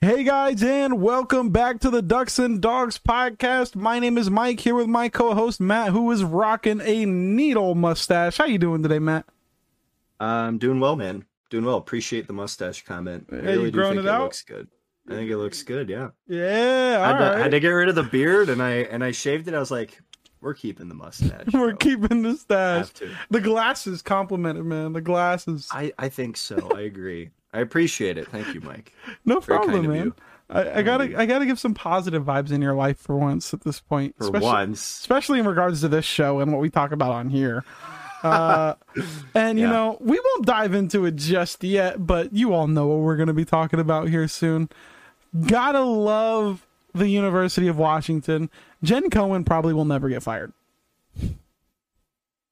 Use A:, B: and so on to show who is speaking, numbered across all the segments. A: Hey guys, and welcome back to the Ducks and Dogs podcast. My name is Mike here with my co-host Matt, who is rocking a needle mustache. How you doing today, Matt?
B: I'm Um, doing well, man. Doing well. Appreciate the mustache comment. I
A: Hey,
B: really
A: you
B: do
A: growing
B: think
A: it out?
B: looks good. I think it looks good. Yeah.
A: Yeah,
B: I
A: all
B: had, to, I had
A: right.
B: to get rid of the beard, and I and I shaved it. I was like, we're keeping the mustache.
A: We're
B: bro.
A: keeping the stash.
B: Have to.
A: The glasses complimented, man. The glasses.
B: I I think so. I agree. I appreciate it. Thank you, Mike.
A: No
B: Very
A: problem,
B: kind of
A: man.
B: you.
A: I, I gotta, I gotta give some positive vibes in your life for once at this point.
B: For
A: especially,
B: once,
A: especially in regards to this show and what we talk about on here. Uh, and you
B: Yeah.
A: know, we won't dive into it just yet, but you all know what we're going to be talking about here soon. Gotta love the University of Washington. Jen Cohen probably will never get fired.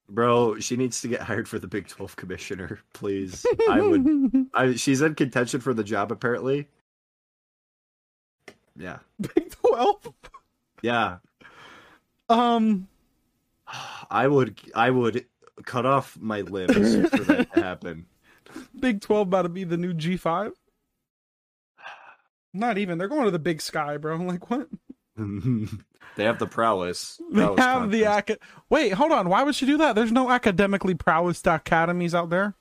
B: bro. She needs to get hired for the Big Twelve commissioner, please. I would. I she's in contention for the job apparently. Yeah.
A: Big Twelve.
B: Yeah.
A: Um,
B: I would I would cut off my limbs for that to happen.
A: Big Twelve about to be the new G five. Not even. They're going to the Big Sky, bro. I'm like, what?
B: they have the prowess.
A: They
B: prowess
A: have the
B: conference.
A: acad. Wait, hold on. Why would she do that? There's no academically prowess academies out there.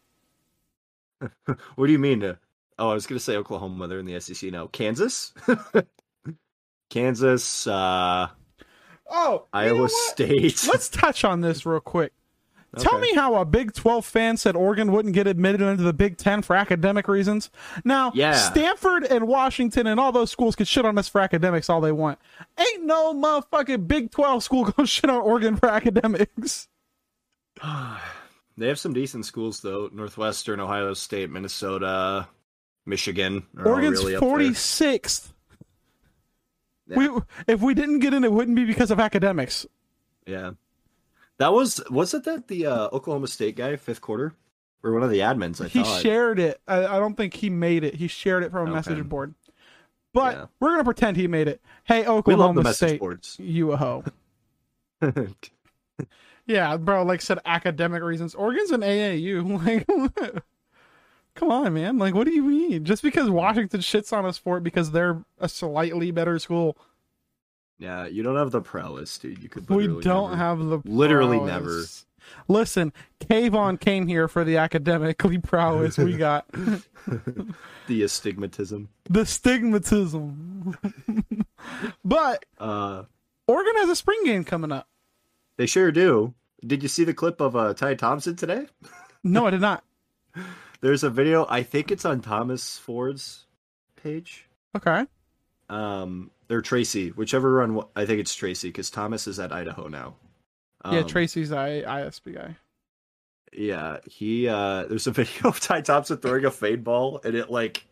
B: What do you mean? To, oh, I was gonna say Oklahoma. They're in the SEC now. Kansas, Kansas, uh,
A: Oh, you know
B: Iowa
A: what?
B: State.
A: Let's touch on this real quick. Tell
B: Okay.
A: me how a Big 12 fan said Oregon wouldn't get admitted into the Big 10 for academic reasons. Now,
B: Yeah.
A: Stanford and Washington and all those schools could shit on us for academics all they want. Ain't no motherfucking Big 12 school gonna shit on Oregon for academics.
B: They have some decent schools though. Northwestern, Ohio State, Minnesota, Michigan. are all
A: Oregon's
B: really up there.
A: 46th.
B: Yeah.
A: We, if we didn't get in, it wouldn't be because of academics.
B: Yeah. That was wasn't that the uh, Oklahoma State guy fifth quarter or one of the admins? I
A: he
B: thought.
A: shared it. I, I don't think he made it. He shared it from a
B: Okay.
A: message board. But
B: Yeah.
A: we're gonna pretend he made it. Hey,
B: we love
A: Oklahoma
B: the message
A: State,
B: boards.
A: you a hoe. Yeah, bro. Like said, academic reasons. Oregon's an AAU. Like, come on, man. Like, what do you mean? Just because Washington shits on us for it because they're a slightly better school,
B: yeah, you don't have the prowess, dude. You could.
A: we
B: literally
A: don't
B: never-
A: have the
B: Literally
A: prowess. Listen, Kayvon came here for the academically prowess we got.
B: the astigmatism.
A: the stigmatism. but
B: Uh,
A: Oregon has a spring game coming up.
B: they sure do. Did you see the clip of uh, Ty Thompson today?
A: No, I did not.
B: There's a video. I think it's on Thomas Ford's page.
A: Okay.
B: Um, or Tracy, whichever run. wa- I think it's Tracy because Thomas is at Idaho now.
A: yeah,
B: Um,
A: Tracy's I ISP guy.
B: Yeah, he uh there's a video of Ty Thompson throwing a fade ball and it like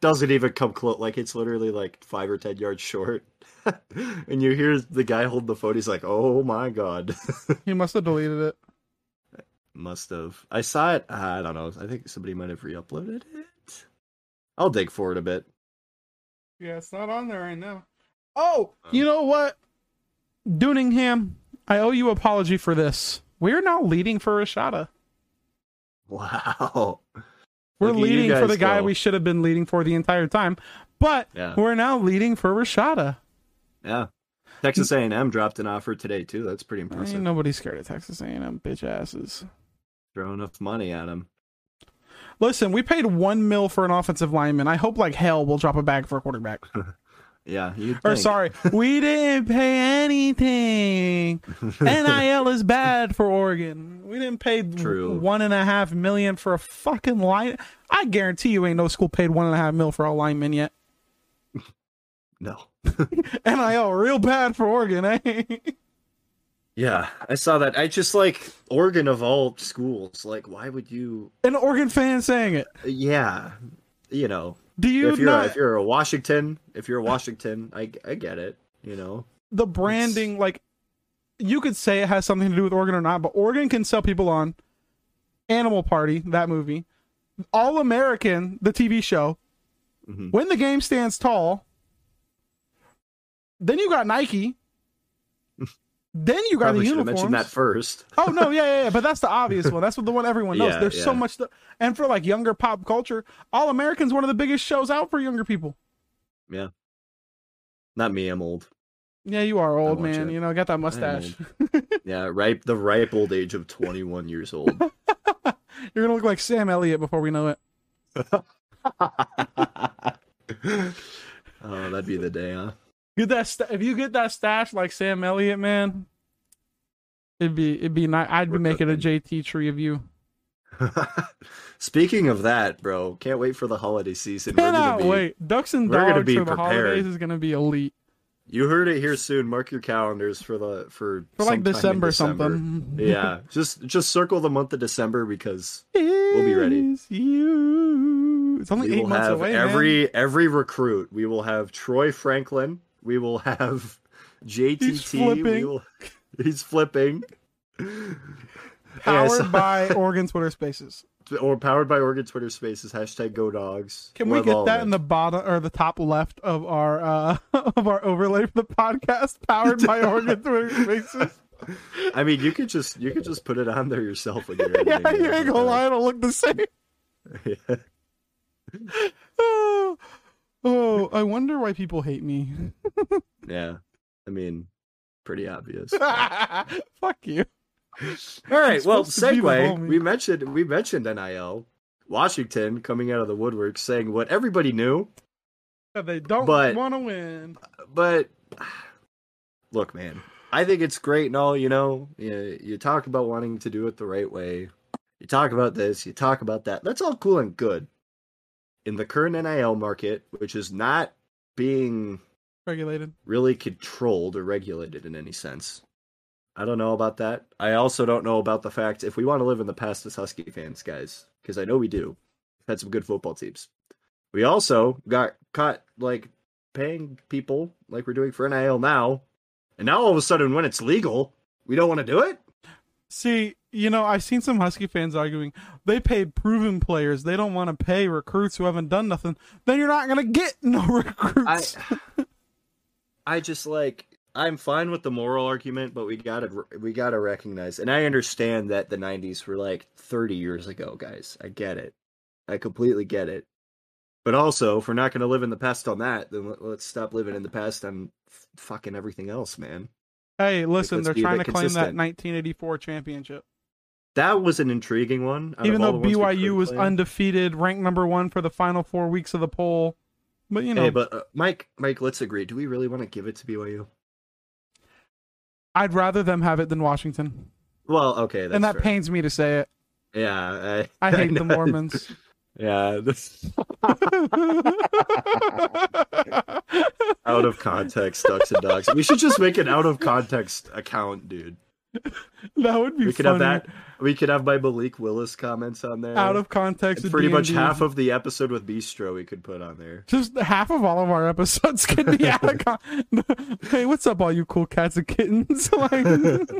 B: doesn't even come close like it's literally like five or ten yards short. and you hear the guy holding the phone, he's like, Oh my god.
A: He must have deleted it.
B: Must have. I saw it I don't know. I think somebody might have re-uploaded it. I'll dig for it a bit.
A: Yeah, it's not on there right now. Oh,
B: Oh.
A: you know what? Dunningham, I owe you apology for this. We're now leading for Rashada.
B: Wow.
A: We're
B: Look at you
A: leading for
B: guys
A: the guy
B: go.
A: we should have been leading for the entire time, but
B: Yeah.
A: we're now leading for Rashada.
B: Yeah. Texas A and M dropped an offer today too. That's pretty impressive.
A: Ain't nobody scared of Texas A&M bitch asses.
B: Throw enough money at him.
A: Listen, we paid one mil for an offensive lineman. I hope like hell we'll drop a bag for a quarterback.
B: Yeah, you'd
A: Or
B: think.
A: sorry, we didn't pay anything. NIL is bad for Oregon. We didn't pay
B: True.
A: one and a half million for a fucking line. I guarantee you ain't no school paid one and a half mil for a lineman yet.
B: No.
A: NIL real bad for Oregon, eh?
B: Yeah, I saw that. I just like Oregon of all schools. Like, why would you?
A: An Oregon fan saying it.
B: Yeah, you know,
A: Do you
B: if you're
A: not
B: if you're a Washington, if you're a Washington, I I get it. You know,
A: the branding like you could say it has something to do with Oregon or not, but Oregon can sell people on Animal Party, that movie, All American, the TV show,
B: Mhm.
A: When the Game Stands Tall. Then you got Nike. then you got
B: probably
A: the
B: should have
A: uniforms.
B: mentioned that first.
A: oh no, yeah, yeah, yeah, but that's the obvious one. That's what the one everyone knows.
B: Yeah,
A: There's so
B: yeah.
A: much, th- and for like younger pop culture, All Americans one of the biggest shows out for younger people.
B: Not me. I'm old.
A: Yeah, you are old,
B: want
A: man.
B: you.
A: You know, got that mustache.
B: Yeah, ripe. The ripe old age of 21 years old.
A: You're gonna look like Sam Elliott before we know it.
B: oh, that'd be the day, huh?
A: Get that sta if you get that stash like Sam Elliott, man. It'd be it'd be nice. I'd be
B: We're
A: making a
B: cooking.
A: JT tree of you.
B: Speaking of that, bro, can't wait for the holiday season. We're
A: Cannot
B: gonna be,
A: wait. Ducks and
B: we're gonna
A: dogs
B: be
A: for the holidays
B: prepared.
A: is gonna be elite
B: You heard it here soon. Mark your calendars for the for
A: for like
B: sometime in
A: December,
B: December.
A: something.
B: yeah, just just circle the month of December because
A: we'll
B: be ready.
A: You. It's only
B: we
A: eight
B: will
A: months
B: have
A: away. man.
B: every every recruit. We will have Troy Franklin. We will have JTT. We
A: flipping.
B: will, he's flipping.
A: powered
B: Yes.
A: by Oregon Twitter Spaces.
B: or powered by Oregon Twitter Spaces. Hashtag Go Dogs.
A: Can
B: We'll
A: we
B: have all
A: get
B: of
A: that
B: it.
A: in the bottom or the top left of our uh of our overlay for the podcast? Powered by Oregon Twitter Spaces.
B: I mean, you could just you could just put it on there yourself when you're
A: yeah,
B: editing
A: you
B: it,
A: ain't gonna lie, it'll look the same.
B: Yeah.
A: Oh, oh, I wonder why people hate me.
B: Yeah, I mean, pretty obvious.
A: Fuck you.
B: All right.
A: It's
B: Well,
A: supposed to be the
B: segue.
A: homie.
B: We mentioned we mentioned NIL Washington coming out of the woodwork saying what everybody knew,
A: Yeah, They don't
B: But-
A: want to win.
B: but look, man, I think it's great and all. You know, you, you talk about wanting to do it the right way. You talk about this. You talk about that. That's all cool and good. In the current NIL market, which is not being
A: Regulated.
B: really controlled or regulated in any sense. I don't know about that. I also don't know about the fact if we want to live in the past as Husky fans, guys, because I know we do. We've had some good football teams. We also got caught like paying people like we're doing for NIL now, and now all of a sudden when it's legal, we don't want to do it.
A: See, you know, I've seen some Husky fans arguing they pay proven players. They don't want to pay recruits who haven't done nothing. Then you're not gonna get no
B: I,
A: recruits.
B: I just like I'm fine with the moral argument, but we gotta we gotta recognize, and I understand that the '90s were like 30 years ago, guys. I get it, I completely get it. But also, if we're not gonna live in the past on that, then let, let's stop living in the past on f- fucking everything else, man.
A: hey, listen,
B: let's
A: they're
B: be a
A: trying to
B: bit
A: claim that
B: consistent.
A: 1984 championship,
B: That was an intriguing one. out of
A: even
B: all
A: though
B: the ones we
A: BYU
B: could've
A: was
B: played.
A: undefeated, ranked number one for the final four weeks of the poll. But you know,
B: Hey, but uh, Mike, Mike, let's agree. Do we really want to give it to BYU?
A: I'd rather them have it than Washington,
B: Well, okay, that's
A: and that
B: fair.
A: pains me to say it.
B: Yeah,
A: I hate the
B: know.
A: Mormons.
B: Yeah, this out of context ducks and dogs. We should just make an out of context account, dude.
A: that would be
B: We could have
A: funny.
B: that. We could have my Malik Willis comments on there.
A: out of context.
B: And
A: with
B: pretty much
A: D&D.
B: half of the episode with Bistro we could put on there.
A: just half of all of our episodes could be out of con- Hey, what's up, all you cool cats and kittens? like,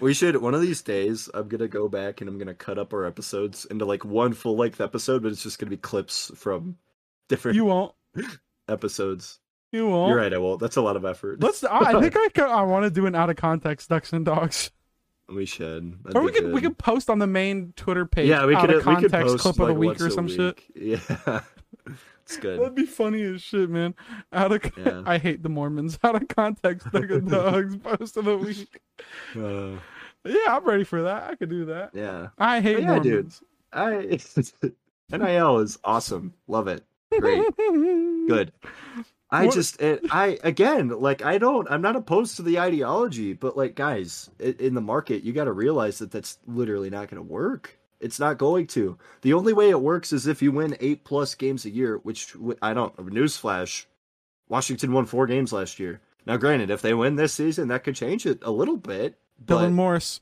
B: We should one of these days. I'm gonna go back and I'm gonna cut up our episodes into like one full length episode, but it's just gonna be clips from different
A: you won't.
B: episodes.
A: You won't.
B: You're right. I won't. That's a lot of effort.
A: Let's. I I think I could, I want to do an out of context ducks and dogs,
B: we should. That'd
A: or
B: be
A: we could we
B: good.
A: could post on the main Twitter page.
B: Yeah, we
A: out
B: could. uh,
A: of
B: we
A: context
B: could post
A: clip of
B: like
A: the week
B: once
A: or
B: a
A: some shit.
B: week. Yeah, it's good.
A: That'd be funny as shit, man. Out of
B: Yeah.
A: I hate the Mormons. Out of context, duck and dogs post of the week.
B: Uh,
A: Yeah, I'm ready for that. I could do that.
B: yeah,
A: I hate
B: Yeah, dude.
A: Mormons.
B: I nil is awesome. Love it. Great. Good. I
A: What-
B: just it, I again like I don't I'm not opposed to the ideology, but like guys i- in the market, you got to realize that that's literally not going to work. It's not going to. The only way it works is if you win eight plus games a year, which w- I don't. Newsflash: Washington won four games last year. Now, granted, if they win this season, that could change it a little bit.
A: Dylan
B: but-
A: Morris.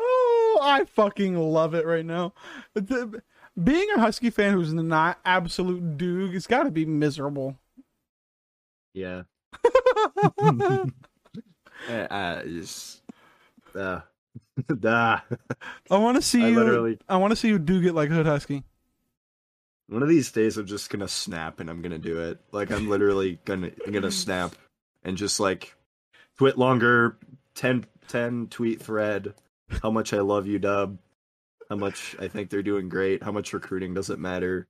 A: Oh, I fucking love it right now. The- being a Husky fan who's not absolute Duke, it's got to be miserable.
B: yeah.
A: oh,
B: Uh, uh, just, uh, nah.
A: I want to see
B: I
A: you.
B: literally-
A: I want to see you do get like Hood Husky.
B: One of these days, I'm just gonna snap, and I'm gonna do it. Like I'm literally gonna I'm gonna snap, and just like Twit longer 10, 10 tweet thread. How much I love you, Dub. How much I think they're doing great. How much recruiting doesn't matter.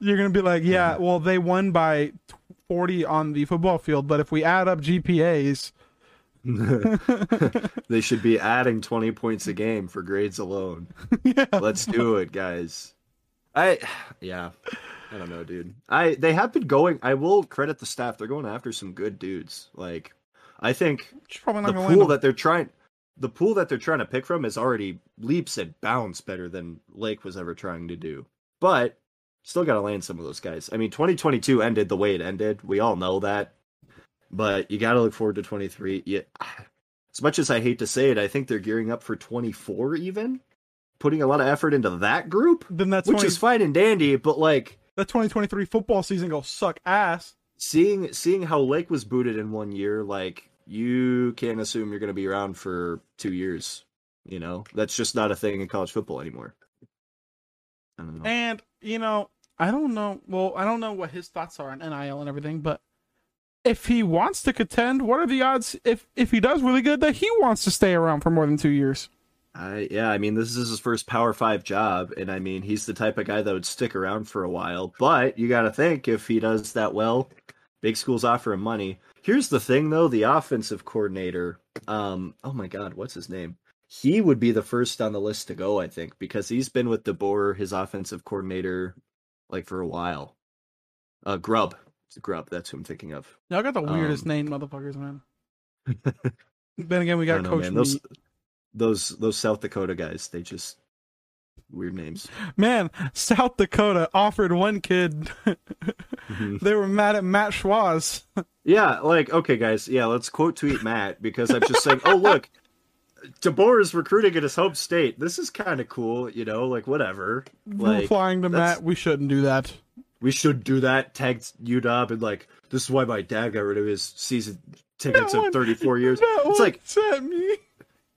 A: You're gonna be like, yeah, well, they won by t- forty on the football field, but if we add up GPAs,
B: they should be adding 20 points a game for grades alone.
A: yeah,
B: Let's do it, guys. I yeah. I don't know, dude. I they have been going I will credit the staff. They're going after some good dudes. Like I think
A: she's probably
B: the
A: not gonna
B: pool
A: win.
B: that they're trying the pool that they're trying to pick from is already leaps and bounds better than Lake was ever trying to do. But still got to land some of those guys. I mean, 2022 ended the way it ended. We all know that. But you got to look forward to 23. Yeah. As much as I hate to say it, I think they're gearing up for 24 even. Putting a lot of effort into that group,
A: Then that's
B: which
A: 20,
B: is fine and dandy, but like
A: that 2023 football season go suck ass.
B: seeing seeing how Lake was booted in one year, like you can't assume you're going to be around for two years. You know, that's just not a thing in college football anymore. I don't know.
A: And you know, I don't know. Well, I don't know what his thoughts are on NIL and everything, but if he wants to contend, what are the odds if if he does really good that he wants to stay around for more than two years?
B: I yeah, I mean, this is his first Power Five job, and I mean, he's the type of guy that would stick around for a while. But you got to think if he does that well, big schools offer him money. Here's the thing, though: the offensive coordinator. Um, oh my God, what's his name? He would be the first on the list to go, I think, because he's been with DeBoer, his offensive coordinator, like for a while. Uh, Grub, it's Grub. That's who I'm thinking of.
A: Y'all got the weirdest
B: Um,
A: name, motherfuckers, man. then again, we
B: I
A: got
B: don't know,
A: Coach man,
B: man. Those, those, those South Dakota guys. They just weird names.
A: Man, South Dakota offered one kid.
B: Mm-hmm.
A: they were mad at Matt Schwaz.
B: Yeah, like okay, guys. Yeah, let's quote tweet Matt because I'm just saying. Oh, look, DeBoer is recruiting at his home state. This is kind of cool, you know. Like whatever. Like
A: replying to
B: that's-
A: Matt, we shouldn't do that.
B: we should do that. Tag UW and like this is why my dad got rid of his season tickets
A: That
B: of
A: one-
B: 34 years.
A: That one
B: It's like
A: sent me.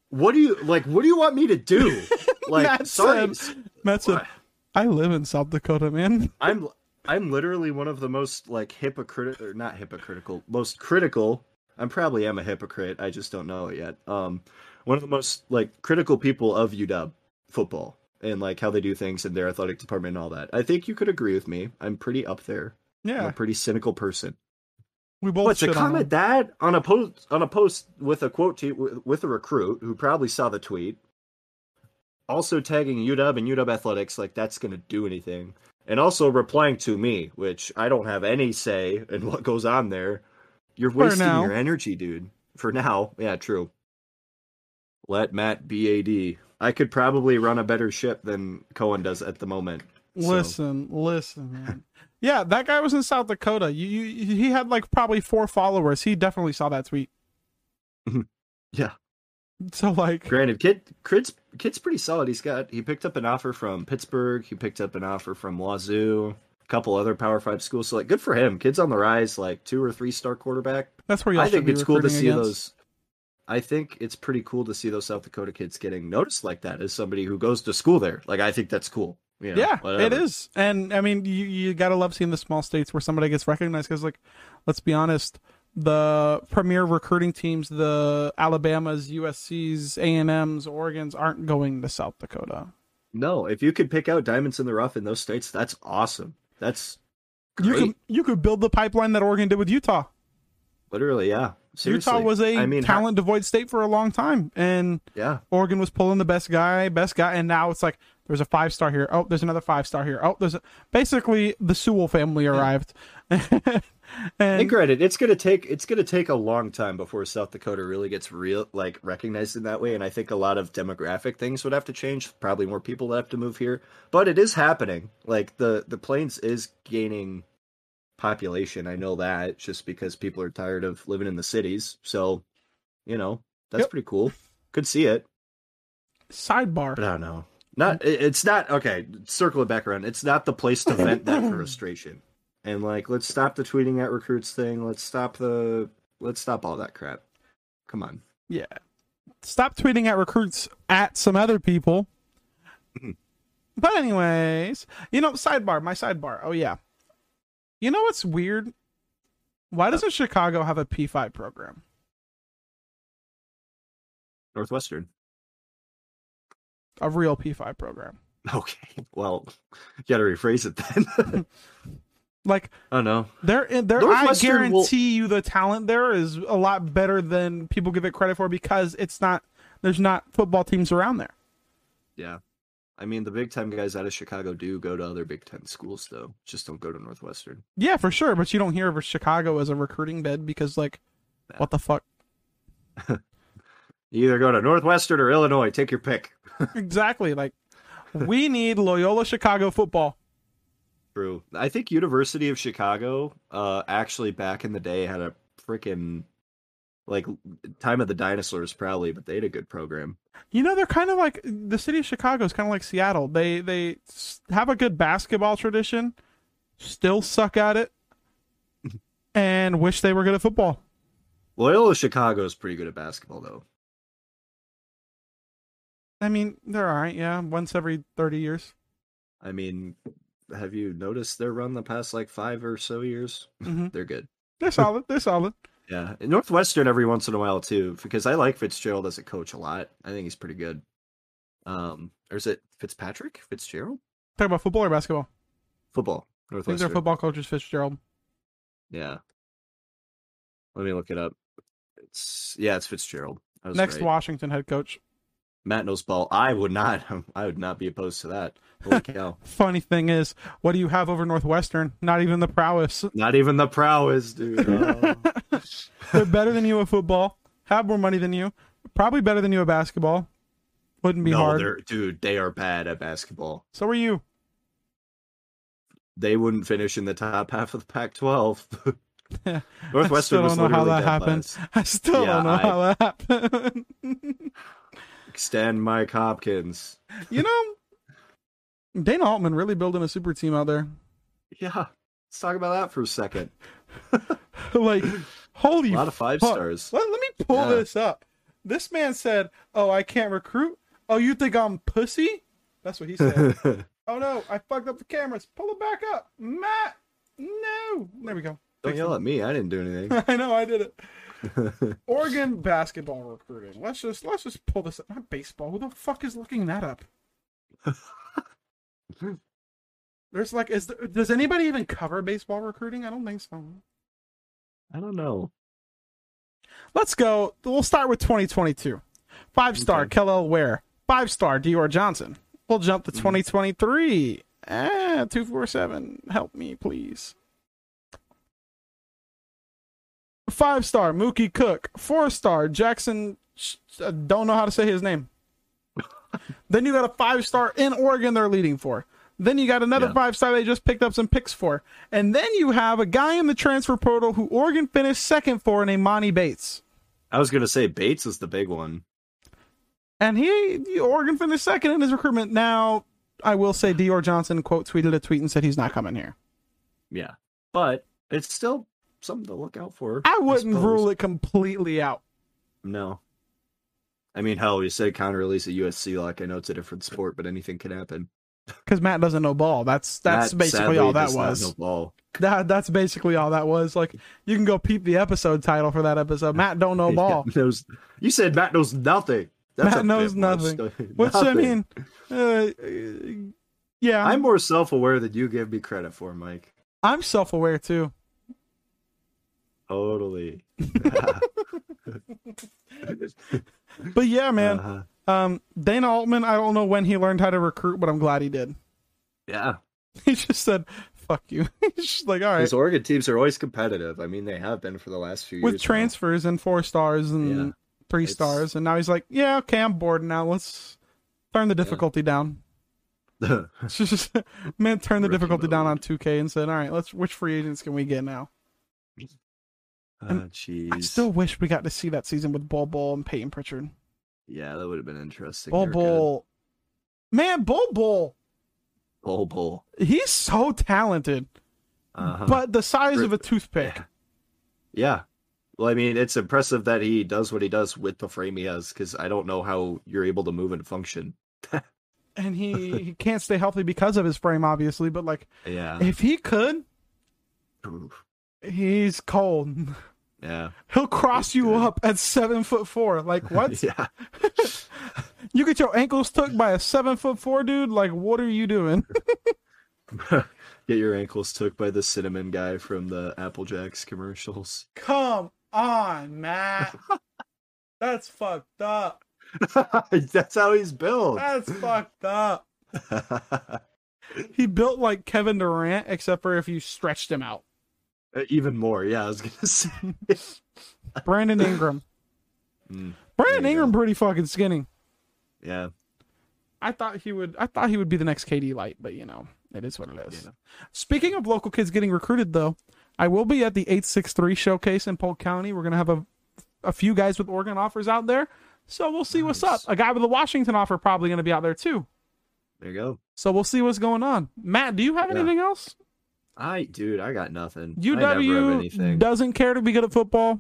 B: what do you like? What do you want me to do? Like
A: Matt
B: sorry,
A: said- Matt said, I live in South Dakota, man.
B: I'm I'm literally one of the most like hypocritical or not hypocritical, most critical. I'm probably am a hypocrite. I just don't know it yet. Um, one of the most like critical people of UW football and like how they do things in their athletic department and all that. I think you could agree with me. I'm pretty up there. I'm
A: Yeah,
B: a pretty cynical person.
A: we both
B: But
A: shit
B: to
A: on
B: comment
A: him.
B: that on a post on a post with a quote tweet with, with a recruit who probably saw the tweet, also tagging UW and UW athletics, like that's going to do anything, and also replying to me, which I don't have any say in what goes on there. You're
A: For
B: wasting
A: now.
B: your energy, dude. For now, yeah, true. Let Matt be AD. I could probably run a better ship than Cohen does at the moment. so-
A: Listen, listen, man. yeah, that guy was in South Dakota. You, you, he had like probably four followers. He definitely saw that tweet.
B: Mm-hmm. Yeah.
A: So like,
B: Granted, kid, kid's kid's pretty solid. He's got he picked up an offer from Pittsburgh. He picked up an offer from Wazoo. A couple other Power Five schools. So like, good for him. Kid's on the rise. Like two or three star quarterback.
A: that's where you
B: I
A: should
B: think
A: be
B: it's cool to
A: recruiting
B: see
A: against.
B: those. I think it's pretty cool to see those South Dakota kids getting noticed like that as somebody who goes to school there. Like I think that's cool. You know,
A: yeah, it
B: whatever.
A: is. And I mean, you, you gotta love seeing the small states where somebody gets recognized because, like, let's be honest, the premier recruiting teams, the Alabamas, USC's, A and M's, Oregon's, aren't going to South Dakota.
B: No, if you could pick out diamonds in the rough in those states, that's awesome. That's
A: You
B: great.
A: could you could build the pipeline that Oregon did with Utah.
B: Literally, yeah. Seriously.
A: Utah was a
B: I mean, how-
A: talent devoid state for a long time, and
B: yeah.
A: Oregon was pulling the best guy, best guy, and now it's like there's a five star here. Oh, there's another five star here. Oh, there's a... basically the Sewell family arrived.
B: And
A: and
B: granted, it's gonna take it's gonna take a long time before South Dakota really gets real like recognized in that way. And I think a lot of demographic things would have to change. Probably more people that have to move here. But it is happening. Like the the plains is gaining population. I know that just because people are tired of living in the cities. So, you know, that's
A: Yep.
B: pretty cool. Could see it.
A: sidebar.
B: But I don't know. Not it- it's not okay. Circle it back around. It's not the place to vent that frustration. And like, let's stop the tweeting at recruits thing. Let's stop the let's stop all that crap. Come on.
A: Yeah. Stop tweeting at recruits at some other people.
B: Mm-hmm.
A: but anyways, you know, sidebar, my sidebar. Oh yeah. You know what's weird? Why doesn't Chicago have a P5 program?
B: Northwestern.
A: A real P5 program.
B: Okay, well, you got to rephrase it then.
A: Like
B: oh no,
A: there, there. I
B: Northwestern
A: guarantee you,
B: will-
A: the talent there is a lot better than people give it credit for because it's not. There's not football teams around there.
B: yeah. I mean, the Big Ten guys out of Chicago do go to other Big Ten schools, though. Just don't go to Northwestern.
A: Yeah, for sure. But you don't hear of Chicago as a recruiting bed because, like,
B: Nah.
A: what the fuck?
B: You either go to Northwestern or Illinois. Take your pick.
A: exactly. Like, we need Loyola Chicago football.
B: True. I think University of Chicago, uh, actually back in the day had a freaking like time of the dinosaurs probably, but they had a good program.
A: You know, they're kind of like the city of Chicago is kind of like Seattle. They they s- have a good basketball tradition, still suck at it, and wish they were good at football.
B: Loyola Chicago is pretty good at basketball though.
A: I mean, they're all right. Yeah, once every thirty years.
B: I mean, have you noticed their run the past like five or so years?
A: hmm
B: They're good.
A: They're solid. They're solid.
B: Yeah. And Northwestern every once in a while too, because I like Fitzgerald as a coach a lot. I think he's pretty good. Um, or is it Fitzpatrick? Fitzgerald?
A: Talk about football or basketball.
B: Football.
A: I think their
B: Northwestern.
A: football coach is Fitzgerald.
B: Yeah. Let me look it up. It's yeah, it's Fitzgerald. I was
A: Next
B: right.
A: Washington head coach.
B: Matt knows ball. I would not. I would not be opposed to that. Holy cow!
A: Funny thing is, what do you have over Northwestern? Not even the prowess.
B: Not even the prowess, dude. Oh.
A: They're better than you at football. Have more money than you. Probably better than you at basketball. Wouldn't be
B: no,
A: hard.
B: they're dude. They are bad at basketball.
A: So are you.
B: They wouldn't finish in the top half of the Pac-12.
A: Yeah,
B: Northwestern
A: still
B: was
A: don't know how that
B: literally dead
A: happened.
B: last.
A: I still don't
B: Yeah,
A: know
B: I-
A: how that happened.
B: Extend Mike Hopkins.
A: you know, Dana Altman really building a super team out there.
B: Yeah, let's talk about that for a second.
A: like,
B: A
A: holy
B: lot of five
A: fuck.
B: stars.
A: Let, let me pull
B: Yeah.
A: this up. This man said, "Oh, I can't recruit. Oh, you think I'm pussy?" That's what he said.
B: Don't
A: oh no, I fucked up the cameras. Pull it back up, Matt. No, there we go. Fix
B: yell at me. I didn't do anything.
A: it. I know I did it. Oregon basketball recruiting. Let's just let's just pull this up. Not baseball. Who the fuck is looking that up? There's like, is there, does anybody even cover baseball recruiting? I don't think so.
B: I don't know.
A: Let's go. We'll start with 2022. Five star
B: Okay.
A: Kellel Ware. Five star Dior Johnson. We'll jump to
B: Mhm.
A: 2023. Ah, 247. Help me, please. Five star Mookie Cook. Four star Jackson. Sh- I don't know how to say his name. then you got a five star in Oregon they're leading for. Then you got another
B: Yeah.
A: five star they just picked up some picks for. And then you have a guy in the transfer portal who Oregon finished second for named Monty Bates.
B: I was gonna say Bates is the big one.
A: And he, Oregon finished second in his recruitment. Now, I will say Dior Johnson, quote, tweeted a tweet and said he's not coming here.
B: Yeah, but it's still something to look out for.
A: I wouldn't rule it completely out.
B: No, I mean, hell, you said Connor release at USC. Like I know it's a different sport, but anything can happen.
A: Because Matt doesn't know ball. That's that's
B: Matt
A: basically
B: sadly
A: all that
B: does not
A: was.
B: know ball.
A: That that's basically all that was. Like you can go peep the episode title for that episode. Matt don't know ball.
B: Matt knows- you said Matt knows nothing. That's
A: Matt
B: a
A: knows
B: bit much.
A: Which I
B: Nothing.
A: mean, uh, yeah,
B: I'm
A: I'm
B: more self-aware than you give me credit for, Mike.
A: I'm self aware too.
B: Totally.
A: But yeah, man.
B: Uh,
A: Um, Dana Altman. I don't know when he learned how to recruit, but I'm glad he did.
B: yeah,
A: He just said, "Fuck you." He's just like, all right.
B: his Oregon teams are always competitive. I mean, they have been for the last few years.
A: with
B: now.
A: transfers and four stars and
B: Yeah.
A: three
B: It's-
A: stars, and now he's like, yeah, okay, I'm bored now. Let's turn the difficulty down. It's just man, turn the
B: Rookie
A: difficulty down
B: mode.
A: on 2K and said, all right, let's which free agents can we get now?
B: Ah, jeez.
A: I still wish we got to see that season with Bull Bull and Peyton Pritchard.
B: Yeah, that would have been interesting.
A: Bull
B: They're good.
A: Bull, man, Bull Bull,
B: Bull Bull.
A: he's so talented,
B: Uh-huh.
A: but the size
B: Ri-
A: of a toothpick.
B: yeah. Well, I mean, it's impressive that he does what he does with the frame he has because I don't know how you're able to move and function.
A: And he, he can't stay healthy because of his frame, obviously. But
B: Uh-huh.
A: like,
B: Yeah.
A: if he could,
B: Oof.
A: he's cold.
B: Yeah.
A: He'll cross you up at seven foot four. Like what?
B: Yeah.
A: You get your ankles took by a seven foot four dude? Like what are you doing?
B: Get your ankles took by the cinnamon guy from the Apple Jacks commercials.
A: Come on, Matt. That's fucked up.
B: That's how he's built. Uh,
A: That's fucked up. He built like Kevin Durant, except for if you stretched him out.
B: Even more. Yeah, I was gonna say.
A: Brandon Ingram.
B: Mm,
A: Brandon
B: There you go.
A: Ingram pretty fucking skinny.
B: yeah.
A: I thought he would I thought he would be the next KD light, but you know, it is what it is.
B: You know.
A: Speaking of local kids getting recruited though, I will be at the 863 showcase in Polk County. We're gonna have a a few guys with Oregon offers out there. So we'll see what's up.
B: Nice.
A: A guy with a Washington offer probably gonna be out there too.
B: There you go.
A: So we'll see what's going on. Matt, do you have
B: Yeah.
A: anything else?
B: I dude, I got nothing. I never have
A: UW
B: anything. Hmm.
A: doesn't care to be good at football.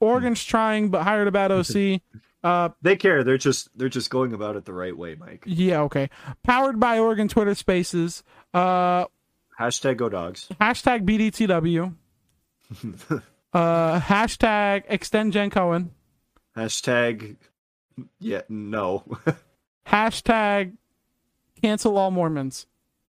A: Oregon's trying, but hired a bad OC. uh,
B: They care. They're just they're just going about it the right way, Mike.
A: yeah, okay. Powered by Oregon Twitter Spaces. Uh,
B: Hashtag go dogs.
A: hashtag BDTW. uh, hashtag extend Jen Cohen.
B: Hashtag yeah, no.
A: Hashtag cancel all Mormons.